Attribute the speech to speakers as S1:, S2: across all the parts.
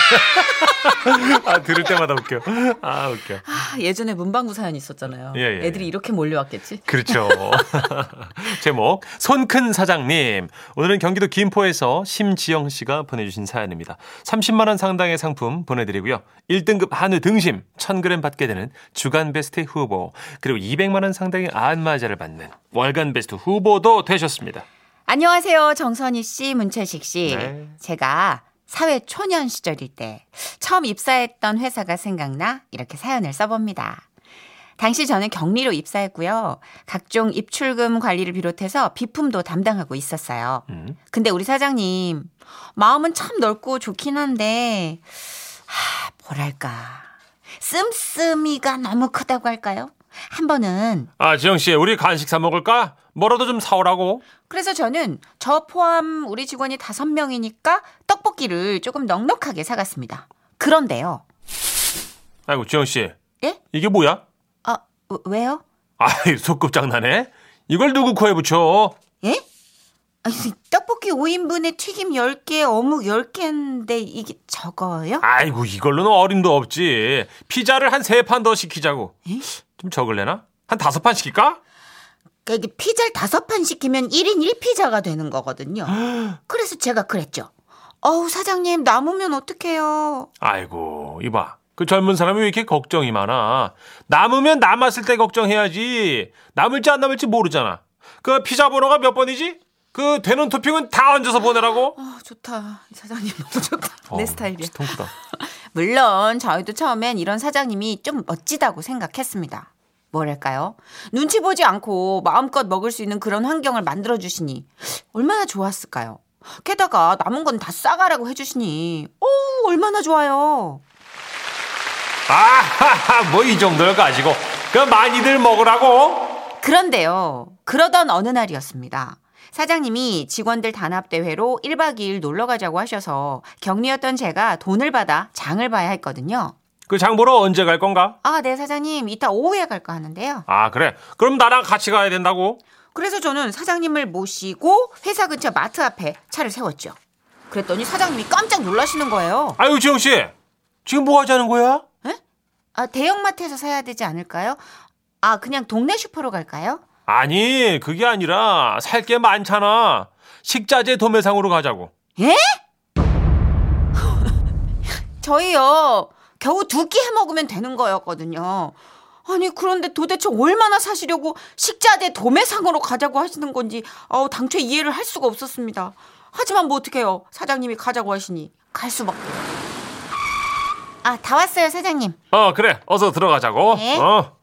S1: 아, 들을 때마다 웃겨. 아, 웃겨.
S2: 아, 예전에 문방구 사연 있었잖아요.
S1: 예, 예,
S2: 애들이
S1: 예.
S2: 이렇게 몰려왔겠지.
S1: 그렇죠. 제목 손 큰 사장님. 오늘은 경기도 김포에서 심지영 씨가 보내주신 사연입니다. 30만 원 상당의 상품 보내드리고요. 1등급 한우 등심 1,000g 받게 되는 주간 베스트 후보 그리고 200만 원 상당의 안마자를 받는 월간 베스트 후보도 되셨습니다.
S3: 안녕하세요. 정선희 씨, 문채식 씨.
S1: 네.
S3: 제가 사회 초년 시절일 때 처음 입사했던 회사가 생각나 이렇게 사연을 써봅니다. 당시 저는 경리로 입사했고요. 각종 입출금 관리를 비롯해서 비품도 담당하고 있었어요.
S1: 음.
S3: 근데 우리 사장님, 마음은 참 넓고 좋긴 한데, 하, 뭐랄까. 씀씀이가 너무 크다고 할까요? 한 번은
S1: 아 지영 씨, 우리 간식 사 먹을까? 뭐라도 좀 사오라고.
S3: 그래서 저는 저 포함 우리 직원이 다섯 명이니까 떡볶이를 조금 넉넉하게 사갔습니다. 그런데요.
S1: 아이고 지영 씨,
S3: 예?
S1: 이게 뭐야?
S3: 아, 어, 왜요?
S1: 아이 소꿉장난해? 이걸 누구 코에 붙여?
S3: 예? 아니, 떡볶이 5인분에 튀김 10개, 어묵 10개인데 이게 적어요?
S1: 아이고 이걸로는 어림도 없지. 피자를 한 세 판 더 시키자고.
S3: 에?
S1: 좀 적을래나? 한 다섯 판 시킬까?
S3: 그러니까 이게 피자를 다섯 판 시키면 1인 1피자가 되는 거거든요.
S2: 아.
S3: 그래서 제가 그랬죠. 어우, 사장님, 남으면 어떡해요.
S1: 아이고 이봐. 그 젊은 사람이 왜 이렇게 걱정이 많아? 남으면 남았을 때 걱정해야지. 남을지 안 남을지 모르잖아. 그 피자 번호가 몇 번이지? 그 되는 토핑은 다 얹어서 보내라고.
S2: 아, 좋다. 이 사장님 너무 좋다. 내
S1: 어우,
S2: 스타일이야.
S1: 진짜 통크다.
S3: 물론 저희도 처음엔 이런 사장님이 좀 멋지다고 생각했습니다. 뭐랄까요? 눈치 보지 않고 마음껏 먹을 수 있는 그런 환경을 만들어 주시니 얼마나 좋았을까요? 게다가 남은 건 다 싸가라고 해주시니 어우 얼마나 좋아요.
S1: 아하하 뭐 이 정도를 가지고 그 많이들 먹으라고.
S3: 그런데요. 그러던 어느 날이었습니다. 사장님이 직원들 단합대회로 1박 2일 놀러 가자고 하셔서 격리였던 제가 돈을 받아 장을 봐야 했거든요.
S1: 그 장 보러 언제 갈 건가?
S3: 아, 네, 사장님. 이따 오후에 갈까 하는데요.
S1: 아 그래. 그럼 나랑 같이 가야 된다고.
S3: 그래서 저는 사장님을 모시고 회사 근처 마트 앞에 차를 세웠죠. 그랬더니 사장님이 깜짝 놀라시는 거예요.
S1: 아유 지영 씨 지금 뭐 하자는 거야?
S3: 아, 대형마트에서 사야 되지 않을까요? 아, 그냥 동네 슈퍼로 갈까요?
S1: 아니 그게 아니라 살 게 많잖아 식자재 도매상으로 가자고
S3: 예? 저희요. 겨우 두 끼 해 먹으면 되는 거였거든요. 아니, 그런데 도대체 얼마나 사시려고 식자재 도매상으로 가자고 하시는 건지, 어, 당초에 이해를 할 수가 없었습니다. 하지만 뭐 어떡해요. 사장님이 가자고 하시니 갈 수밖에. 아, 다 왔어요, 사장님.
S1: 어 그래 어서 들어가자고
S3: 네.
S1: 어.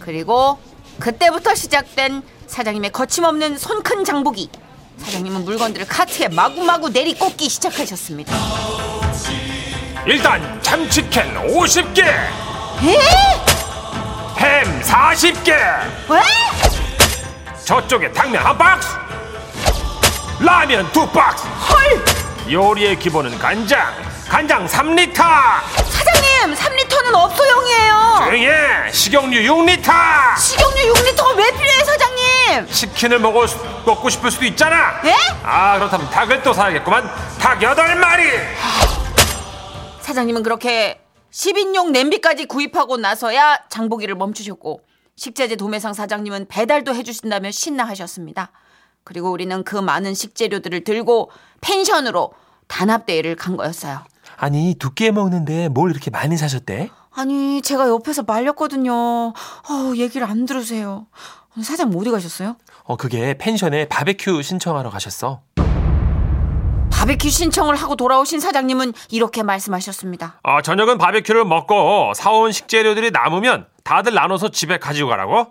S3: 그리고 그때부터 시작된 사장님의 거침없는 손 큰 장보기. 사장님은 물건들을 카트에 마구마구 내리꽂기 시작하셨습니다.
S1: 일단 참치캔 50개
S3: 예?
S1: 햄 40개
S3: 왜?
S1: 저쪽에 당면 한 박스 라면 두 박스 헐 요리의 기본은 간장 간장 3리터
S3: 사장님, 3리터는 업소용이에요.
S1: 응예 식용유 6리터
S3: 식용유 6리터가 왜 필요해, 사장님?
S1: 치킨을 먹을 수- 먹고 싶을 수도 있잖아
S3: 예?
S1: 아 그렇다면 닭을 또 사야겠구만 닭 여덟 마리
S3: 사장님은 그렇게 10인용 냄비까지 구입하고 나서야 장보기를 멈추셨고 식자재 도매상 사장님은 배달도 해주신다며 신나하셨습니다. 그리고 우리는 그 많은 식재료들을 들고 펜션으로 단합대회를 간 거였어요.
S1: 아니 두께 먹는데 뭘 이렇게 많이 사셨대?
S3: 아니 제가 옆에서 말렸거든요. 어, 얘기를 안 들으세요. 사장님 뭐 어디 가셨어요?
S1: 어 그게 펜션에 바베큐 신청하러 가셨어.
S3: 바베큐 신청을 하고 돌아오신 사장님은 이렇게 말씀하셨습니다.
S1: 아 저녁은 바베큐를 먹고 사온 식재료들이 남으면 다들 나눠서 집에 가지고 가라고.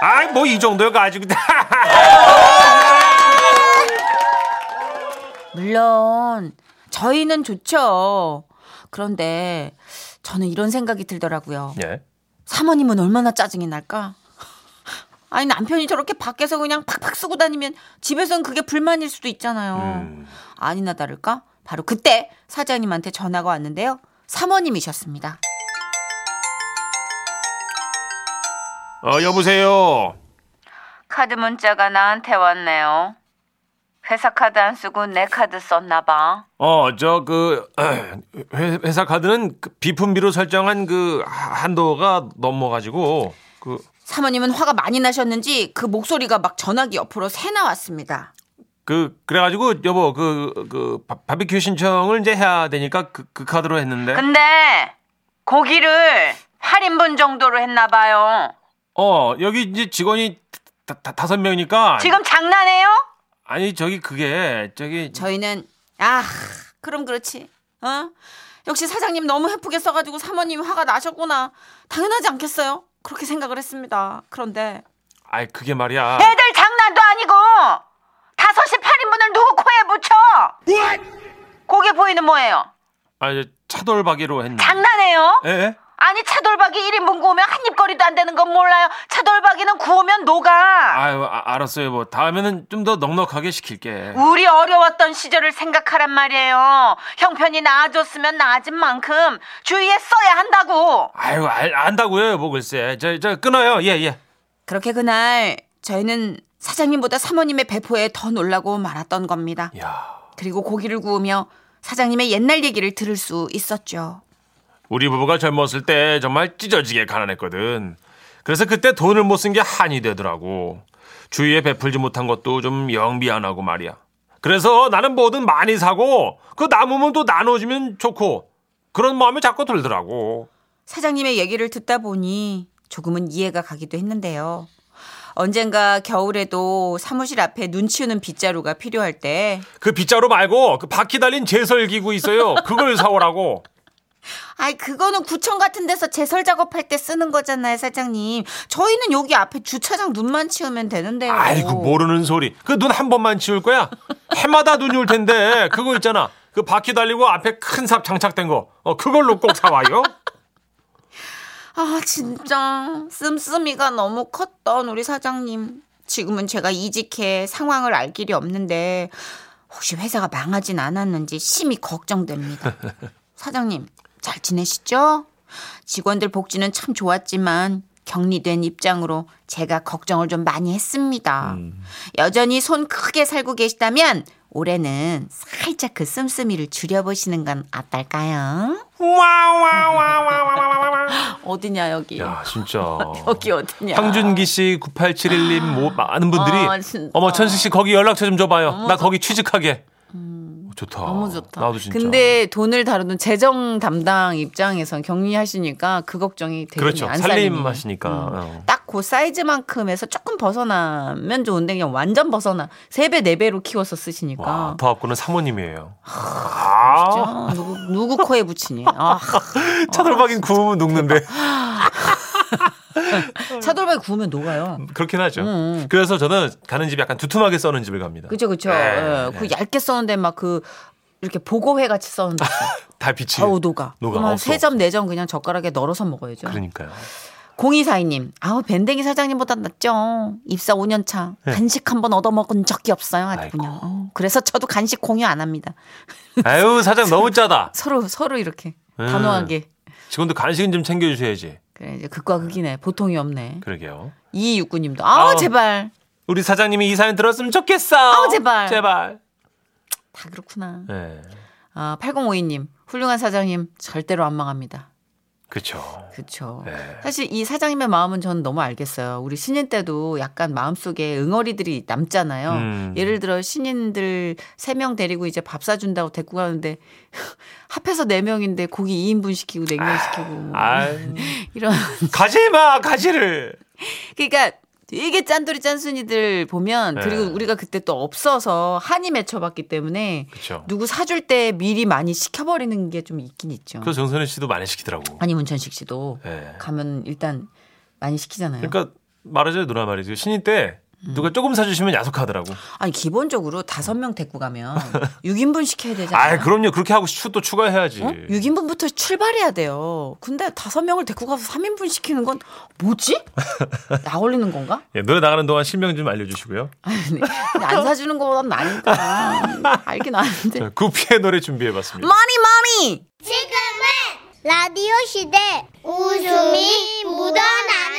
S1: 아이 뭐 이 정도여 가지고
S3: 물론 저희는 좋죠. 그런데 저는 이런 생각이 들더라고요.
S1: 예.
S3: 사모님은 얼마나 짜증이 날까? 아니 남편이 저렇게 밖에서 그냥 팍팍 쓰고 다니면 집에선 그게 불만일 수도 있잖아요.
S1: 음.
S3: 아니나 다를까? 바로 그때 사장님한테 전화가 왔는데요. 사모님이셨습니다.
S1: 어 여보세요.
S3: 카드 문자가 나한테 왔네요. 회사 카드 안 쓰고 내 카드 썼나 봐.
S1: 어, 저, 그, 회사 카드는 그 비품비로 설정한 그 한도가 넘어가지고, 그,
S3: 사모님은 화가 많이 나셨는지 그 목소리가 막 전화기 옆으로 새 나왔습니다.
S1: 그, 그래가지고, 여보, 그, 그, 바, 바비큐 신청을 이제 해야 되니까 그, 그 카드로 했는데.
S3: 근데 고기를 8인분 정도로 했나 봐요.
S1: 어, 여기 이제 직원이 다, 다, 다섯 명이니까.
S3: 지금 장난해요?
S1: 아니, 저기 그게, 저기.
S3: 저희는 아 그럼 그렇지. 어? 역시 사장님 너무 예쁘게 써가지고 사모님 화가 나셨구나. 당연하지 않겠어요? 그렇게 생각을 했습니다. 그런데
S1: 아이, 그게 말이야.
S3: 애들 장난도 아니고 다섯시 8인분을 누구 코에 붙여? 고기 보이는 뭐예요?
S1: 아, 이제 차돌박이로 했는데.
S3: 장난해요?
S1: 예, 예?
S3: 아니 차돌박이 1인분 구우면 한 입거리도 안 되는 건 몰라요. 차돌박이는 구우면 녹아.
S1: 아유, 아, 알았어요. 뭐, 다음에는 좀 더 넉넉하게 시킬게.
S3: 우리 어려웠던 시절을 생각하란 말이에요. 형편이 나아졌으면 나아진 만큼 주위에 써야 한다고.
S1: 아유, 알, 안다고요, 여보, 글쎄. 저, 저, 끊어요. 예, 예.
S3: 그렇게 그날 저희는 사장님보다 사모님의 배포에 더 놀라고 말았던 겁니다.
S1: 야
S3: 그리고 고기를 구우며 사장님의 옛날 얘기를 들을 수 있었죠.
S1: 우리 부부가 젊었을 때 정말 찢어지게 가난했거든. 그래서 그때 돈을 못 쓴 게 한이 되더라고. 주위에 베풀지 못한 것도 좀 영 미안하고 말이야. 그래서 나는 뭐든 많이 사고 그 남으면 또 나눠주면 좋고 그런 마음이 자꾸 들더라고.
S3: 사장님의 얘기를 듣다 보니 조금은 이해가 가기도 했는데요. 언젠가 겨울에도 사무실 앞에 눈 치우는 빗자루가 필요할 때
S1: 그 빗자루 말고 그 바퀴 달린 제설 기구 있어요. 그걸 사오라고.
S3: 아이 그거는 구청 같은 데서 제설 작업할 때 쓰는 거잖아요 사장님 저희는 여기 앞에 주차장 눈만 치우면 되는데요
S1: 아이고 뭐 모르는 소리. 그 눈 한 번만 치울 거야. 해마다 눈이 올 텐데 그거 있잖아. 그 바퀴 달리고 앞에 큰 삽 장착된 거. 어 그걸로 꼭 사와요.
S3: 아 진짜 씀씀이가 너무 컸던 우리 사장님 지금은 제가 이직해 상황을 알 길이 없는데 혹시 회사가 망하진 않았는지 심히 걱정됩니다 사장님 잘 지내시죠? 직원들 복지는 참 좋았지만 격리된 입장으로 제가 걱정을 좀 많이 했습니다. 여전히 손 크게 살고 계시다면 올해는 살짝 그 씀씀이를 줄여보시는 건 어떨까요?
S1: 와와와와와와와와.
S2: 어디냐 여기.
S1: 야 진짜.
S2: 여기 어디냐.
S1: 황준기 씨 9871님 뭐 많은 분들이
S2: 아, 진짜.
S1: 어머 천식 씨 거기 연락처 좀 줘봐요. 나 거기 취직하게. 좋다.
S2: 음. 너무 좋다.
S1: 아, 나도 진짜.
S2: 근데 돈을 다루는 재정 담당 입장에선 격리하시니까 그 걱정이 되게
S1: 그렇죠.
S2: 안
S1: 살림
S2: 살리니.
S1: 하시니까. 어.
S2: 딱 그 사이즈만큼에서 조금 벗어나면 좋은데 그냥 완전 벗어나 세배네배로 키워서
S1: 와,
S2: 쓰시니까 어.
S1: 더 앞고는 사모님이에요. 아,
S2: 진짜 누구, 누구 코에 붙이니 아,
S1: 차돌박인 구우면 녹는데.
S2: 차돌박이 구우면 녹아요
S1: 그렇긴 하죠. 그래서 저는 가는 집이 약간 두툼하게 써는 집을 갑니다.
S2: 음, 그죠 그죠
S1: 네,
S2: 예, 그 얇게 써는데 막 그 이렇게 보고회 같이 써는데
S1: 다 빛이.
S2: 아우 녹아
S1: 아, 녹아,
S2: 그러면
S1: 없어,
S2: 세점 네 점 그냥 젓가락에 널어서 먹어야죠
S1: 그러니까요.
S2: 공이사이님, 아우 밴댕이 사장님보다 낫죠. 입사 5년 차 간식 한 번 얻어먹은 적이 없어요. 네. 아주
S1: 아이고.
S2: 그냥. 어, 그래서 저도 간식 공유 안 합니다.
S1: 아유 사장 너무 짜다.
S2: 서로 서로 이렇게
S1: 음.
S2: 단호하게.
S1: 직원들 간식은 좀 챙겨주셔야지.
S2: 그래 이제 극과 극이네. 보통이 없네.
S1: 그러게요.
S2: 이육구님도 아우
S1: 아우.
S2: 제발
S1: 우리 사장님이 이 사연 들었으면 좋겠어.
S2: 아우, 제발.
S1: 제발.
S2: 다 그렇구나.
S1: 네.
S2: 아 8052님 훌륭한 사장님 절대로 안 망합니다.
S1: 그렇죠.
S2: 그렇죠.
S1: 네.
S2: 사실 이 사장님의 마음은 저는 너무 알겠어요. 우리 신인 때도 약간 마음속에 응어리들이 남잖아요.
S1: 음.
S2: 예를 들어 신인들 3명 데리고 이제 밥 사준다고 데리고 가는데 합해서 4명인데 고기 2인분 시키고 냉면 시키고 뭐
S1: 아
S2: 이런.
S1: 가지마 가지를.
S2: 그러니까 되게 짠돌이 짠순이들 보면
S1: 네.
S2: 그리고 우리가 그때 또 없어서 한이 맺혀봤기 때문에
S1: 그렇죠.
S2: 누구 사줄 때 미리 많이 시켜버리는 게 좀 있긴 있죠.
S1: 그래서 정선혜 씨도 많이 시키더라고.
S2: 아니 문천식 씨도
S1: 네.
S2: 가면 일단 많이 시키잖아요.
S1: 그러니까 말하자면 누나 말이죠. 신인 때 누가 조금 사주시면 야속하더라고.
S2: 아니 기본적으로 다섯 명 데리고 가면 6인분 시켜야
S1: 아
S2: 되잖아요.
S1: 그럼요. 예. 그렇게 하고 추- 또 추가해야지.
S2: 어? 6인분부터 출발해야 돼요. 근데 다섯 명을 데리고 가서 3인분 시키는 건 뭐지? 나 올리는 건가?
S1: 예, 노래 나가는 동안 실명 좀 알려주시고요.
S2: 아니, 근데 안 사주는 거보단 나니까 알긴
S3: 네.
S2: 아는데.
S1: 자, 구피의 노래 준비해봤습니다.
S2: 머니 머니.
S4: 지금은 라디오 시대 웃음이 묻어나는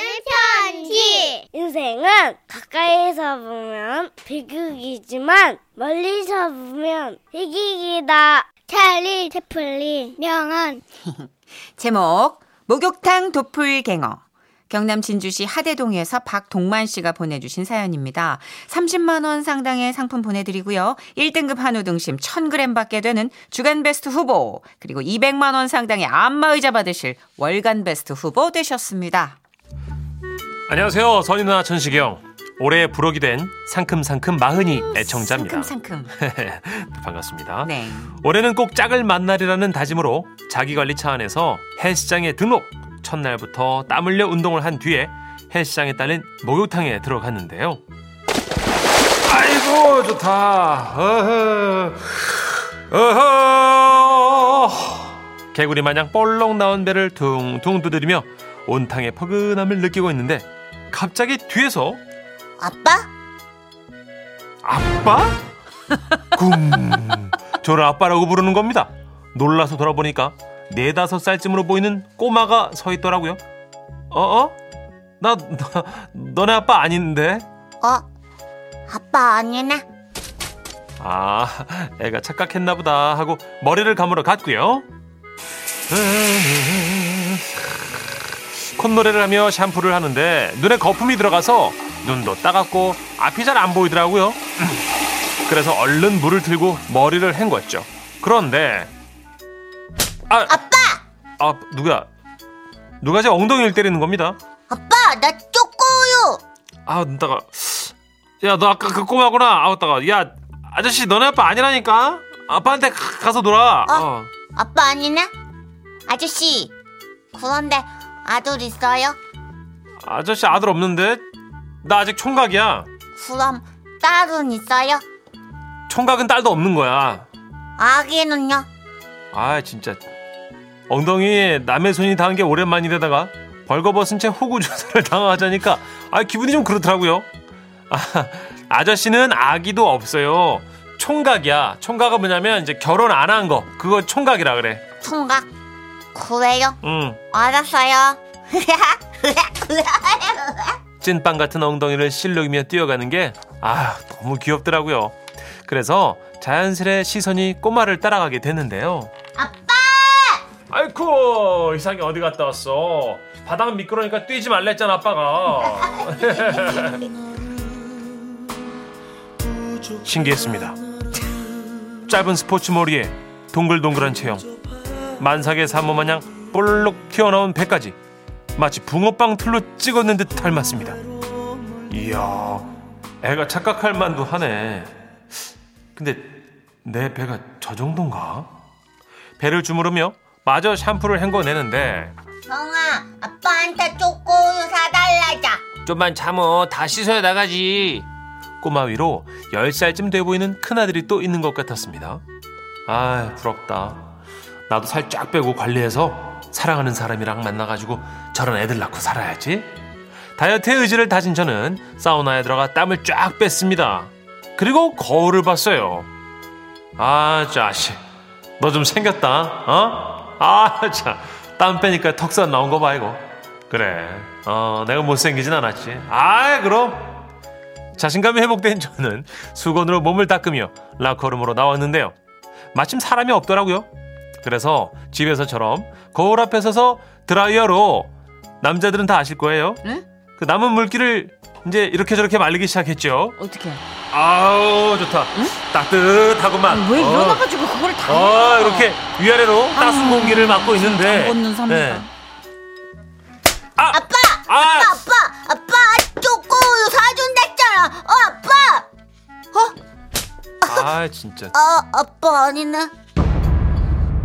S4: 편지 인생은
S5: 물론 가까이서 보면 비극이지만 멀리서 보면 희극이다. 찰리 채플린 명언
S3: 제목 목욕탕 도플갱어 경남 진주시 하대동에서 박동만 씨가 보내주신 사연입니다. 30만 원 상당의 상품 보내드리고요. 1등급 한우 등심 1000g 받게 되는 주간베스트 후보 그리고 200만 원 상당의 안마의자 받으실 월간베스트 후보 되셨습니다.
S1: 안녕하세요. 선희 누나 천식이 형. 올해 부록이 된 상큼상큼 마흔이 애청자입니다.
S3: 상큼상큼.
S1: 반갑습니다.
S3: 네.
S1: 올해는 꼭 짝을 만날이라는 다짐으로 자기관리차 안에서 헬스장에 등록 첫날부터 땀 흘려 운동을 한 뒤에 헬스장에 딸린 목욕탕에 들어갔는데요 아이고 좋다 어허 어허 개구리 마냥 볼록 나온 배를 둥둥 두드리며 온탕의 포근함을 느끼고 있는데 갑자기 뒤에서
S4: 아빠?
S1: 아빠? 굼 저를 아빠라고 부르는 겁니다. 놀라서 돌아보니까 네다섯 살쯤으로 보이는 꼬마가 서 있더라고요. 어어? 나, 너, 너네 아빠 아닌데?
S4: 어? 아빠 아니네.
S1: 아, 애가 착각했나 보다 하고 머리를 감으러 갔고요. 음, 콧노래를 하며 샴푸를 하는데 눈에 거품이 들어가서 눈도 따갑고 앞이 잘 안 보이더라고요. 음, 그래서 얼른 물을 들고 머리를 헹궜죠. 그런데 아, 아빠! 아, 누가 누가 제 엉덩이를 때리는 겁니다.
S4: 아빠, 나 쪼꼬요!
S1: 아, 따가. 야, 너 아까 그 꼬마구나. 아우, 따가. 야, 아저씨, 너네 아빠 아니라니까. 아빠한테 가- 가서 놀아.
S4: 어?
S1: 어.
S4: 아빠 아니네? 아저씨, 그런데 아들 있어요?
S1: 아저씨 아들 없는데? 나 아직 총각이야.
S4: 그럼 딸은 있어요?
S1: 총각은 딸도 없는 거야.
S4: 아기는요?
S1: 아, 진짜. 엉덩이에 남의 손이 닿은 게 오랜만이되다가 벌거벗은 채 호구 조사를 당하자니까 아, 기분이 좀 그렇더라고요. 아, 아저씨는 아기도 없어요. 총각이야. 총각은 뭐냐면 이제 결혼 안 한 거. 그거 총각이라 그래.
S4: 총각? 그래요?
S1: 응.
S4: 알았어요.
S1: 찐빵 같은 엉덩이를 실룩이며 뛰어가는 게, 아, 너무 귀엽더라고요. 그래서 자연스레 시선이 꼬마를 따라가게 됐는데요. 아빠! 아이쿠, 이상이 어디 갔다 왔어? 바닥 미끄러니까 뛰지 말랬잖아, 아빠가. 신기했습니다. 짧은 스포츠 머리에 동글동글한 체형, 만삭의 산모 마냥 볼록 튀어나온 배까지 마치 붕어빵 틀로 찍었는 듯 닮았습니다. 이야, 애가 착각할 만도 하네. 근데 내 배가 저 정도인가? 배를 주무르며 마저 샴푸를 헹궈내는데
S4: 성아, 아빠한테 쪼꼬요 사달라자.
S1: 좀만 참어 다 씻어야 나가지 꼬마 위로 10살쯤 돼 보이는 큰아들이 또 있는 것 같았습니다 아 부럽다 나도 살 쫙 빼고 관리해서 사랑하는 사람이랑 만나가지고 저런 애들 낳고 살아야지 다이어트의 의지를 다진 저는 사우나에 들어가 땀을 쫙 뺐습니다 그리고 거울을 봤어요 아 자식 너 좀 생겼다 어? 아자땀 빼니까 턱선 나온 거 봐 이거 그래 어 내가 못생기진 않았지 아이 그럼 자신감이 회복된 저는 수건으로 몸을 닦으며 라커룸으로 나왔는데요 마침 사람이 없더라고요 그래서 집에서처럼 거울 앞에 서서 드라이어로 남자들은 다 아실 거예요
S2: 네?
S1: 그 남은 물기를 이제 이렇게 저렇게 말리기 시작했죠
S2: 어떻게?
S1: 아우 좋다 따뜻하구만
S2: 왜
S1: 어.
S2: 일어나가지고 그걸 다?
S1: 어,
S2: 해요?
S1: 이렇게 위아래로 따스운 공기를 맞고 있는데.
S2: 안 걷는 삼가.
S1: 네. 아,
S4: 아빠!
S1: 아!
S4: 아빠, 아빠! 아빠 쪼꼬요 사준댔잖아! 어, 아빠!
S1: 아, 진짜.
S4: 어, 아빠 아니네.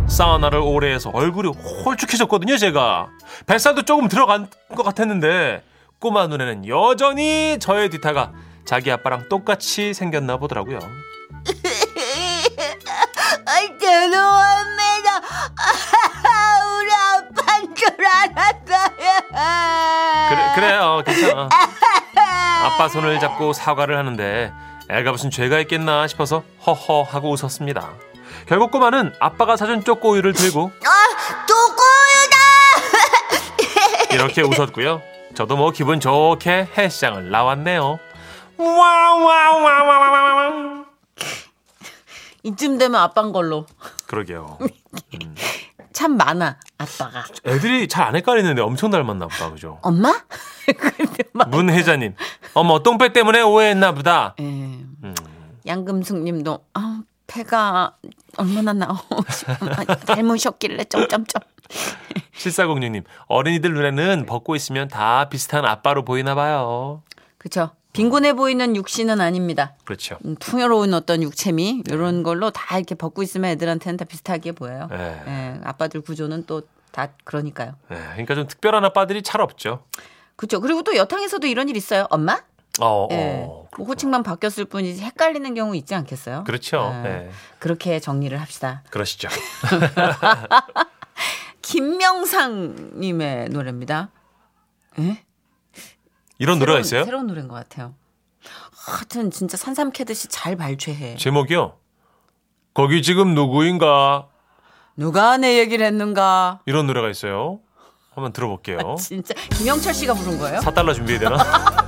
S1: 사우나를 오래 해서 얼굴이 홀쭉해졌거든요, 제가. 뱃살도 조금 들어간 것 같았는데, 꼬마 눈에는 여전히 저의 뒤타가 자기 아빠랑 똑같이 생겼나 보더라고요.
S4: 아, 죄송합니다. 아, 우리 아빠인 줄 알았어요.
S1: 그래, 그래요. 괜찮아. 아빠 손을 잡고 사과를 하는데 애가 무슨 죄가 있겠나 싶어서 허허 하고 웃었습니다. 결국 꼬마는 아빠가 사준 쪼꼬우유를 들고
S4: 아, 누구다?
S1: 이렇게 웃었고요. 저도 뭐 기분 좋게 헬스장을 나왔네요. 와와와와와와와.
S3: 이쯤 되면 아빠인 걸로
S1: 그러게요.
S3: 참 많아 아빠가
S1: 애들이 잘 안 헷갈리는데 엄청 닮았나 보다 그죠?
S3: 엄마? 근데 막
S1: 문혜자님, 어머 똥배 때문에 오해했나 보다.
S3: 예.
S1: 음.
S3: 양금숙님도 아 배가 얼마나 나오고 닮으셨길래 점점점
S1: 실사공주님, 어린이들 눈에는 벗고 있으면 다 비슷한 아빠로 보이나 봐요.
S3: 그쵸 빈곤해 보이는 육신은 아닙니다
S1: 그렇죠.
S3: 음, 풍요로운 어떤 육체미 이런 걸로 다 이렇게 벗고 있으면 애들한테는 다 비슷하게 보여요
S1: 예.
S3: 예, 아빠들 구조는 또 다 그러니까요
S1: 예, 그러니까 좀 특별한 아빠들이 잘 없죠.
S3: 그쵸 그리고 또 여탕에서도 이런 일 있어요 엄마?
S1: 어,
S3: 예.
S1: 어.
S3: 뭐 호칭만 바뀌었을 뿐이지 헷갈리는 경우 있지 않겠어요?
S1: 그렇죠.
S3: 아,
S1: 예.
S3: 그렇게 정리를 합시다.
S1: 그러시죠.
S3: 김명상님의 노래입니다. 예?
S1: 이런 노래가 있어요?
S3: 새로운 노래인 것 같아요. 하여튼 진짜 산삼 캐듯이 잘 발췌해.
S1: 제목이요. 거기 지금 누구인가?
S3: 누가 내 얘기를 했는가?
S1: 이런 노래가 있어요. 한번 들어볼게요.
S3: 아, 진짜 김영철 씨가 부른 거예요?
S1: 4달러 준비해야 되나?